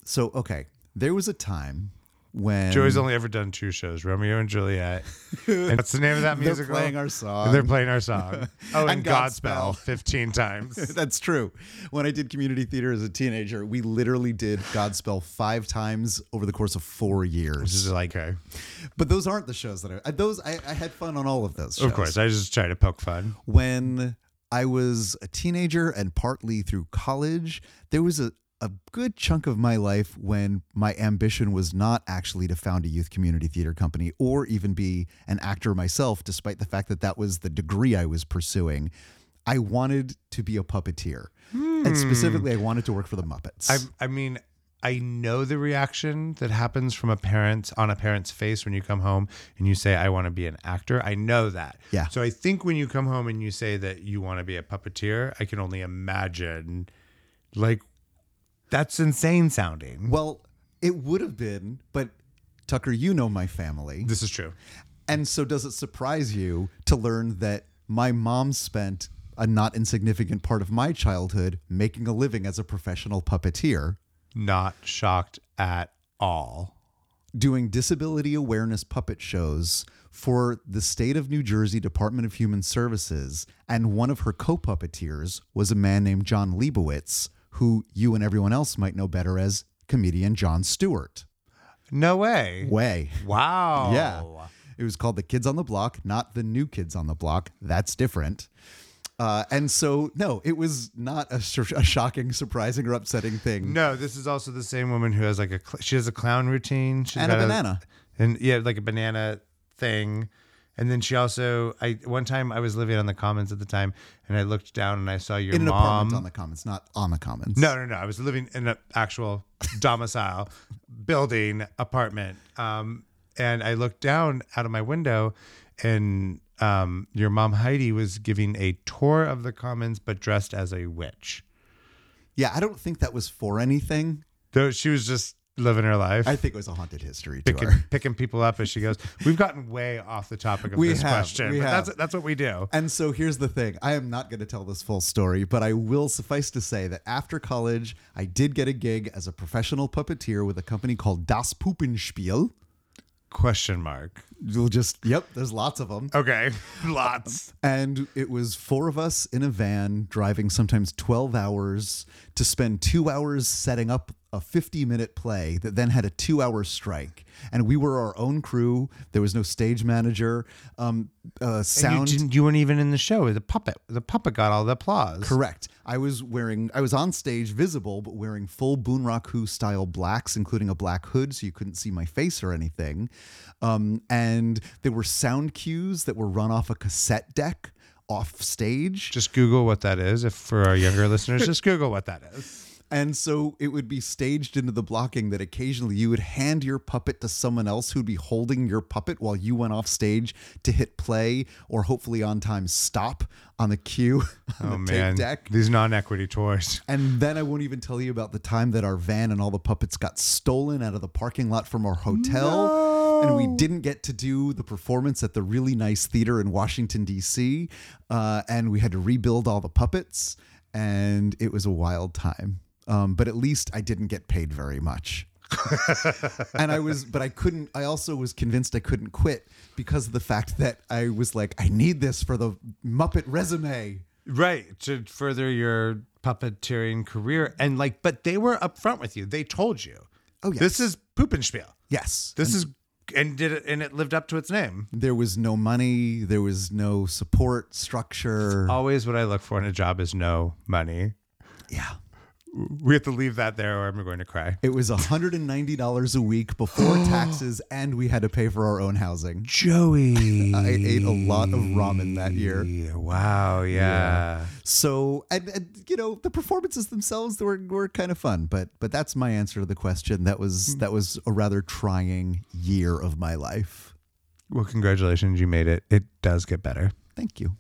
Speaker 1: so okay, there was a time when
Speaker 2: Joey's only ever done two shows: Romeo and Juliet. and what's the name of that
Speaker 1: They're
Speaker 2: musical?
Speaker 1: playing our song.
Speaker 2: They're playing our song. Oh, and,
Speaker 1: And
Speaker 2: Godspell,
Speaker 1: Godspell.
Speaker 2: 15 times.
Speaker 1: That's true. When I did community theater as a teenager, we literally did Godspell five times over the course of four
Speaker 2: This
Speaker 1: years.
Speaker 2: is like, okay.
Speaker 1: But those aren't the shows that I uh, those I, I had fun on all of those. Shows.
Speaker 2: Of course, I just try to poke fun.
Speaker 1: when I was a teenager and partly through college, there was a, a good chunk of my life when my ambition was not actually to found a youth community theater company or even be an actor myself, despite the fact that that was the degree I was pursuing. I wanted to be a puppeteer. And specifically, I wanted to work for the Muppets.
Speaker 2: I, I mean, I know the reaction that happens from a parent on a parent's face when you come home and you say, I want to be an actor. I know that.
Speaker 1: Yeah.
Speaker 2: So I think when you come home and you say that you want to be a puppeteer, I can only imagine, like, that's insane sounding.
Speaker 1: well, it would have been, but Tucker, you know my family.
Speaker 2: This is true.
Speaker 1: And so, does it surprise you to learn that my mom spent a not insignificant part of my childhood making a living as a professional puppeteer,
Speaker 2: Not shocked at all.
Speaker 1: doing disability awareness puppet shows for the state of New Jersey Department of Human Services? And one of her co puppeteers was a man named John Leibowitz, who you and everyone else might know better as comedian John Stewart.
Speaker 2: No way.
Speaker 1: Way.
Speaker 2: Wow.
Speaker 1: Yeah. It was called The Kids on the Block, not The New Kids on the Block. That's different. Uh, and so, no, it was not a, sh- a shocking, surprising, or upsetting thing.
Speaker 2: No, this is also the same woman who has like a cl- she has a clown routine She's
Speaker 1: And a
Speaker 2: got
Speaker 1: banana.
Speaker 2: and yeah, like a banana thing. And then she also, I one time I was living on the Commons at the time, and I looked down and I saw your
Speaker 1: in an
Speaker 2: mom.
Speaker 1: apartment on the Commons, not on the Commons.
Speaker 2: no, no, no. I was living in an actual domicile, building, apartment. Um, and I looked down out of my window, and um, your mom Heidi was giving a tour of the Commons, but dressed as a witch.
Speaker 1: Yeah, I don't think that was for anything.
Speaker 2: Though she was just living her life.
Speaker 1: I think it was a haunted history
Speaker 2: picking,
Speaker 1: tour.
Speaker 2: picking people up as she goes. We've gotten way off the topic of
Speaker 1: We
Speaker 2: this
Speaker 1: have,
Speaker 2: question,
Speaker 1: we
Speaker 2: but that's
Speaker 1: have.
Speaker 2: that's what we do.
Speaker 1: And so here's the thing. I am not going to tell this full story, but I will suffice to say that after college, I did get a gig as a professional puppeteer with a company called Das Puppenspiel.
Speaker 2: Question mark.
Speaker 1: You'll just, yep, there's lots of them.
Speaker 2: Okay, lots.
Speaker 1: And it was four of us in a van driving sometimes 12 hours to spend two hours setting up a 50 minute play that then had a two hour strike. And we were our own crew. There was no stage manager. Um, uh, sound.
Speaker 2: You, didn't, you weren't even in the show. The puppet. The puppet got all the applause.
Speaker 1: Correct. I was wearing, I was on stage visible, but wearing full Boon Rock Who style blacks, including a black hood, so you couldn't see my face or anything. Um, and there were sound cues that were run off a cassette deck off stage.
Speaker 2: Just Google what that is. If for our younger listeners, just Google what that is.
Speaker 1: And so it would be staged into the blocking that occasionally you would hand your puppet to someone else who'd be holding your puppet while you went off stage to hit play or hopefully on time stop on the cue on
Speaker 2: Oh
Speaker 1: the
Speaker 2: man,
Speaker 1: tape deck.
Speaker 2: these non-equity toys.
Speaker 1: And then I won't even tell you about the time that our van and all the puppets got stolen out of the parking lot from our hotel. And we didn't get to do the performance at the really nice theater in Washington, D.C. Uh, and we had to rebuild all the puppets. And it was a wild time. Um, but at least I didn't get paid very much and I was, but I couldn't. I also was convinced I couldn't quit because of the fact that I was like, I need this for the Muppet resume.
Speaker 2: Right. To further your puppeteering career. And like, but they were upfront with you. They told you.
Speaker 1: Oh, yes.
Speaker 2: This is Poopenspiel.
Speaker 1: Yes,
Speaker 2: This is and Mm-hmm. did it and it lived up to its name.
Speaker 1: there was no money, there was no support structure.
Speaker 2: Always what I look for in a job is no money.
Speaker 1: yeah,
Speaker 2: We have to leave that there or I'm going to cry.
Speaker 1: it was hundred and ninety dollars a week before taxes, and we had to pay for our own housing.
Speaker 2: Joey.
Speaker 1: I ate a lot of ramen that year.
Speaker 2: Wow, yeah.
Speaker 1: So, and, and you know, the performances themselves were were kind of fun, but but that's my answer to the question. That was that was a rather trying year of my life.
Speaker 2: Well, congratulations, you made it. It does get better.
Speaker 1: Thank you.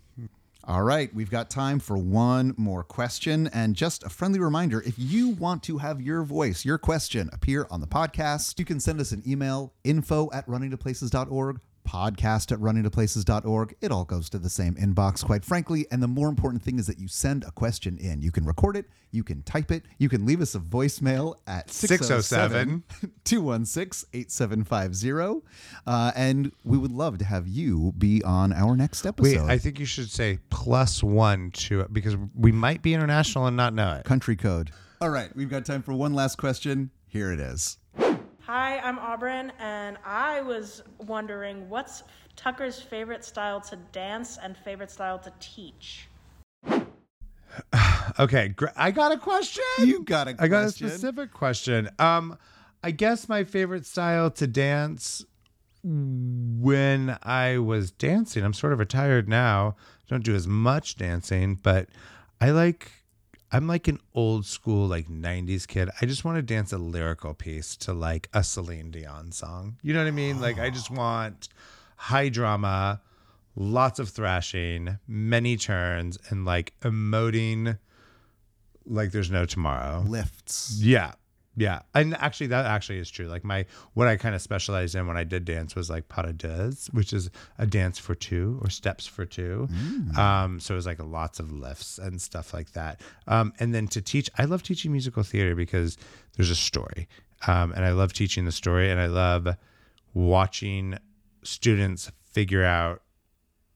Speaker 1: All right, we've got time for one more question. And just a friendly reminder if you want to have your voice, your question appear on the podcast, you can send us an email info at runningtoplaces.org, podcast at runningtoplaces.org. It all goes to the same inbox, quite frankly. And the more important thing is that you send a question in. You can record it, you can type it, you can leave us a voicemail at 607
Speaker 2: 607.
Speaker 1: 216 8750. Uh, And we would love to have you be on our next
Speaker 2: Wait,
Speaker 1: episode.
Speaker 2: I think you should say plus one to it because we might be international and not know it.
Speaker 1: country code. All right, we've got time for one last question. Here it is.
Speaker 6: Hi, I'm Auburn, and I was wondering what's Tucker's favorite style to dance and favorite style to teach?
Speaker 2: Okay, gr- I got a question.
Speaker 1: You got a
Speaker 2: I got a
Speaker 1: question.
Speaker 2: specific question. Um, I guess my favorite style to dance when I was dancing, I'm sort of retired now. Don't do as much dancing, but I like. I'm like an old school like '90s kid. I just want to dance a lyrical piece to like a Celine Dion song. You know what I mean? Like I just want high drama, lots of thrashing, many turns, and like emoting like there's no tomorrow.
Speaker 1: Lifts.
Speaker 2: Yeah. Yeah. And actually that actually is true. Like my what I kind of specialized in when I did dance was like pas de deux, which is a dance for two or steps for two. Um so it was like lots of lifts and stuff like that. Um and then to teach I love teaching musical theater because there's a story. Um and I love teaching the story and I love watching students figure out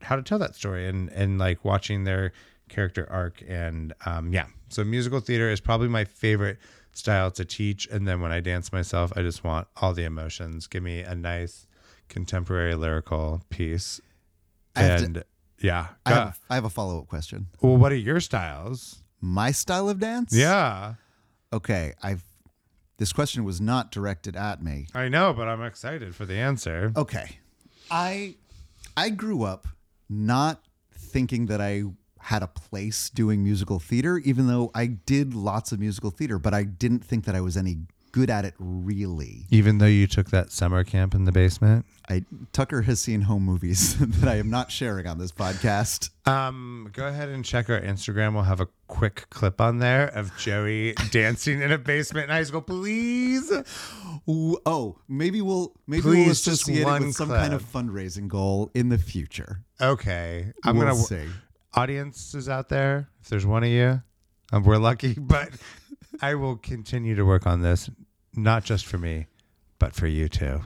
Speaker 2: how to tell that story and and like watching their character arc and um yeah so musical theater is probably my favorite style to teach and then when i dance myself i just want all the emotions give me a nice contemporary lyrical piece
Speaker 1: I have to-
Speaker 2: and yeah
Speaker 1: I
Speaker 2: Go-
Speaker 1: have, I have a follow up question.
Speaker 2: well what are your styles
Speaker 1: My style of dance?
Speaker 2: yeah
Speaker 1: Okay, I've. This question was not directed at me.
Speaker 2: i know but i'm excited for the answer
Speaker 1: Okay, I, I grew up not thinking that I had a place doing musical theater, even though I did lots of musical theater, but I didn't think that I was any good at it really.
Speaker 2: even though you took that summer camp in the basement
Speaker 1: I Tucker has seen home movies that I am not sharing on this podcast.
Speaker 2: Um, go ahead and check our Instagram. We'll have a quick clip on there of Joey dancing in a basement in high school. Please.
Speaker 1: Ooh, oh, maybe we'll maybe we'll
Speaker 2: Please, just
Speaker 1: associate it
Speaker 2: one
Speaker 1: with some kind
Speaker 2: clip.
Speaker 1: of fundraising goal in the future.
Speaker 2: Okay. I'm
Speaker 1: We'll
Speaker 2: gonna
Speaker 1: see.
Speaker 2: audiences out there, if there's one of you, um, we're lucky, but I will continue to work on this, not just for me, but for you too.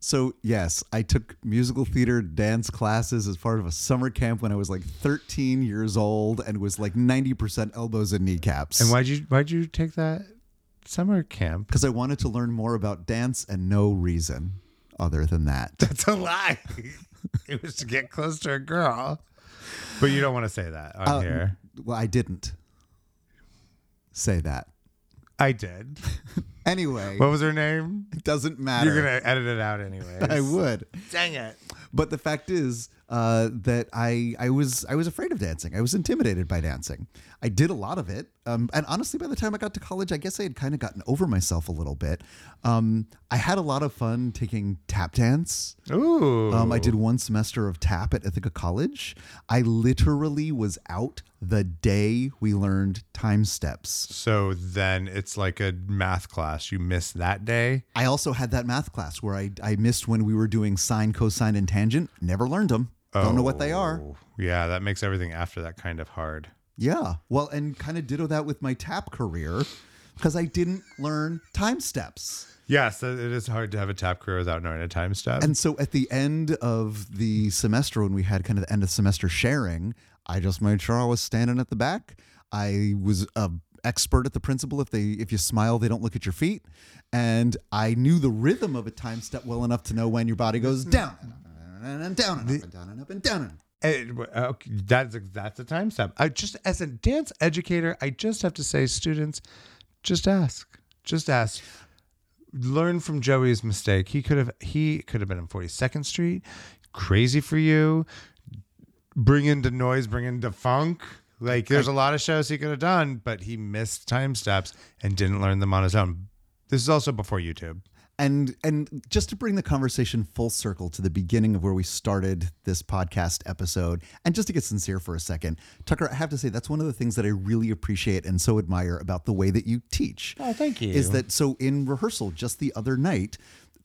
Speaker 1: So yes, I took musical theater dance classes as part of a summer camp when I was like 13 years old and was like 90% elbows and kneecaps.
Speaker 2: And why'd you why'd you take that summer camp?
Speaker 1: Because I wanted to learn more about dance and no reason other than that.
Speaker 2: That's a lie. it was to get close to a girl. But you don't want to say that on
Speaker 1: Uh,
Speaker 2: here.
Speaker 1: Well, I didn't say that.
Speaker 2: I did.
Speaker 1: Anyway,
Speaker 2: What was her name?
Speaker 1: it doesn't matter.
Speaker 2: You're gonna edit it out anyway.
Speaker 1: I would.
Speaker 2: Dang it.
Speaker 1: But the fact is, uh, that I I was I was afraid of dancing. I was intimidated by dancing. I did a lot of it, um, and honestly, by the time I got to college, I guess I had kind of gotten over myself a little bit. Um, I had a lot of fun taking tap dance.
Speaker 2: Ooh.
Speaker 1: Um, I did one semester of tap at Ithaca College. I literally was out the day we learned time steps.
Speaker 2: so then it's like a math class. You miss that day.
Speaker 1: I also had that math class where I, I missed when we were doing sine, cosine, and tangent. Never learned them. Don't know what they are.
Speaker 2: Oh, Yeah, that makes everything after that kind of hard.
Speaker 1: Yeah. Well, and kind of ditto that with my tap career because I didn't learn time steps.
Speaker 2: Yes, it it is hard to have a tap career without knowing a time step.
Speaker 1: And so at the end of the semester, when we had kind of the end of semester sharing, I just made sure I was standing at the back. I was a expert at the principle if they if you smile they don't look at your feet and i knew the rhythm of a time step well enough to know when your body goes down and up and down and up and down and up and down and up.
Speaker 2: Eh, w- okay, that's a, that's a time step. I just as a dance educator, I just have to say, students, just ask, just ask. Learn from Joey's mistake. He could have he could have been on Forty Second Street. Crazy for you. Bring into noise. Bring into funk. Like there's a lot of shows he could have done, but he missed time steps and didn't learn them on his own. This is also before YouTube.
Speaker 1: and and just to bring the conversation full circle to the beginning of where we started this podcast episode and just to get sincere for a second tucker i have to say that's one of the things that i really appreciate and so admire about the way that you teach
Speaker 2: Oh, thank you.
Speaker 1: is that so in rehearsal just the other night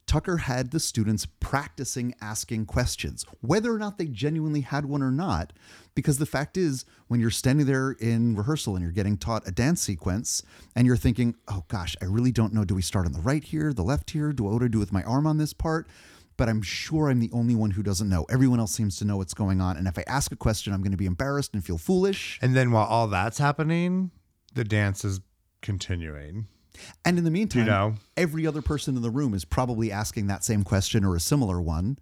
Speaker 1: Tucker had the students practicing asking questions, whether or not they genuinely had one or not. Because the fact is, when you're standing there in rehearsal and you're getting taught a dance sequence and you're thinking, oh gosh, I really don't know. Do we start on the right here, the left here? Do what do I do with my arm on this part? But I'm sure I'm the only one who doesn't know. Everyone else seems to know what's going on. And if I ask a question, I'm going to be embarrassed and feel foolish.
Speaker 2: And then while all that's happening, the dance is continuing.
Speaker 1: And in the meantime,
Speaker 2: know.
Speaker 1: every other person in the room is probably asking that same question or a similar one.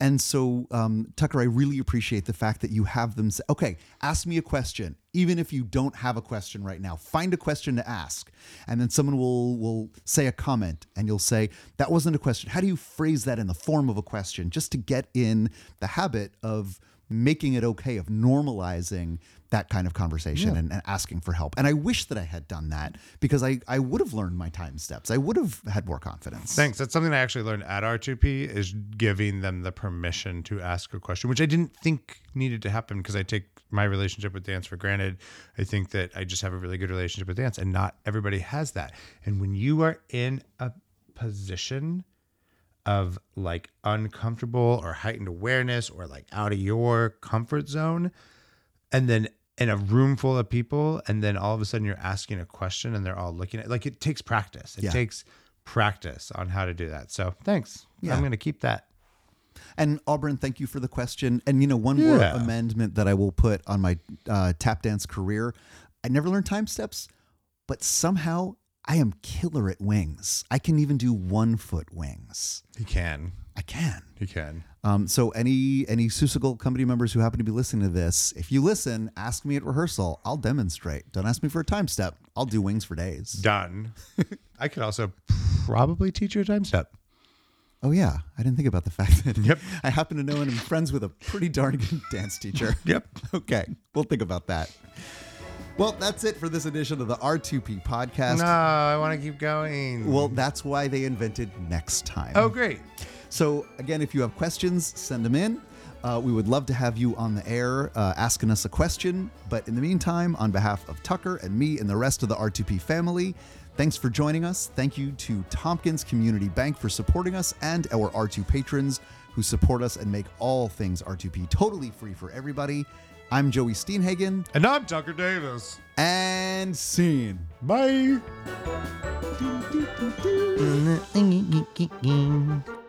Speaker 1: And so, um, Tucker, I really appreciate the fact that you have them say, okay, ask me a question, even if you don't have a question right now. Find a question to ask. And then someone will, will say a comment and you'll say, that wasn't a question. How do you phrase that in the form of a question just to get in the habit of making it okay of normalizing that kind of conversation and, and asking for help. And I wish that I had done that because I, I would have learned my time steps. I would have had more confidence.
Speaker 2: Thanks. That's something I actually learned at R2P is giving them the permission to ask a question, which I didn't think needed to happen because I take my relationship with dance for granted. I think that I just have a really good relationship with dance and not everybody has that. And when you are in a position of like uncomfortable or heightened awareness or like out of your comfort zone, and then in a room full of people and then all of a sudden you're asking a question and they're all looking at like it takes practice it
Speaker 1: Yeah.
Speaker 2: takes practice on how to do that so thanks
Speaker 1: Yeah.
Speaker 2: i'm going to keep that
Speaker 1: And Auburn, thank you for the question. And you know, one more
Speaker 2: Yeah.
Speaker 1: amendment that I will put on my uh, tap dance career. I never learned time steps, but somehow I am killer at wings. I can even do one foot wings.
Speaker 2: he can
Speaker 1: I can.
Speaker 2: he can
Speaker 1: Um, so any any Susical company members who happen to be listening to this, if you listen, ask me at rehearsal. I'll demonstrate. Don't ask me for a time step. I'll do wings for days.
Speaker 2: done i could also probably teach you a time step
Speaker 1: Oh yeah, I didn't think about the fact that
Speaker 2: Yep.
Speaker 1: I happen to know and I'm friends with a pretty darn good dance teacher.
Speaker 2: Yep.
Speaker 1: Okay, we'll think about that. Well, that's it for this edition of the R2P podcast.
Speaker 2: no i want to keep going
Speaker 1: Well, that's why they invented next time.
Speaker 2: oh great
Speaker 1: So, again, if you have questions, send them in. Uh, we would love to have you on the air uh, asking us a question. But in the meantime, on behalf of Tucker and me and the rest of the R2P family, thanks for joining us. Thank you to Tompkins Community Bank for supporting us and our R2 patrons who support us and make all things R2P totally free for everybody. I'm Joey Steenhagen
Speaker 2: and i'm tucker davis
Speaker 1: and scene.
Speaker 2: bye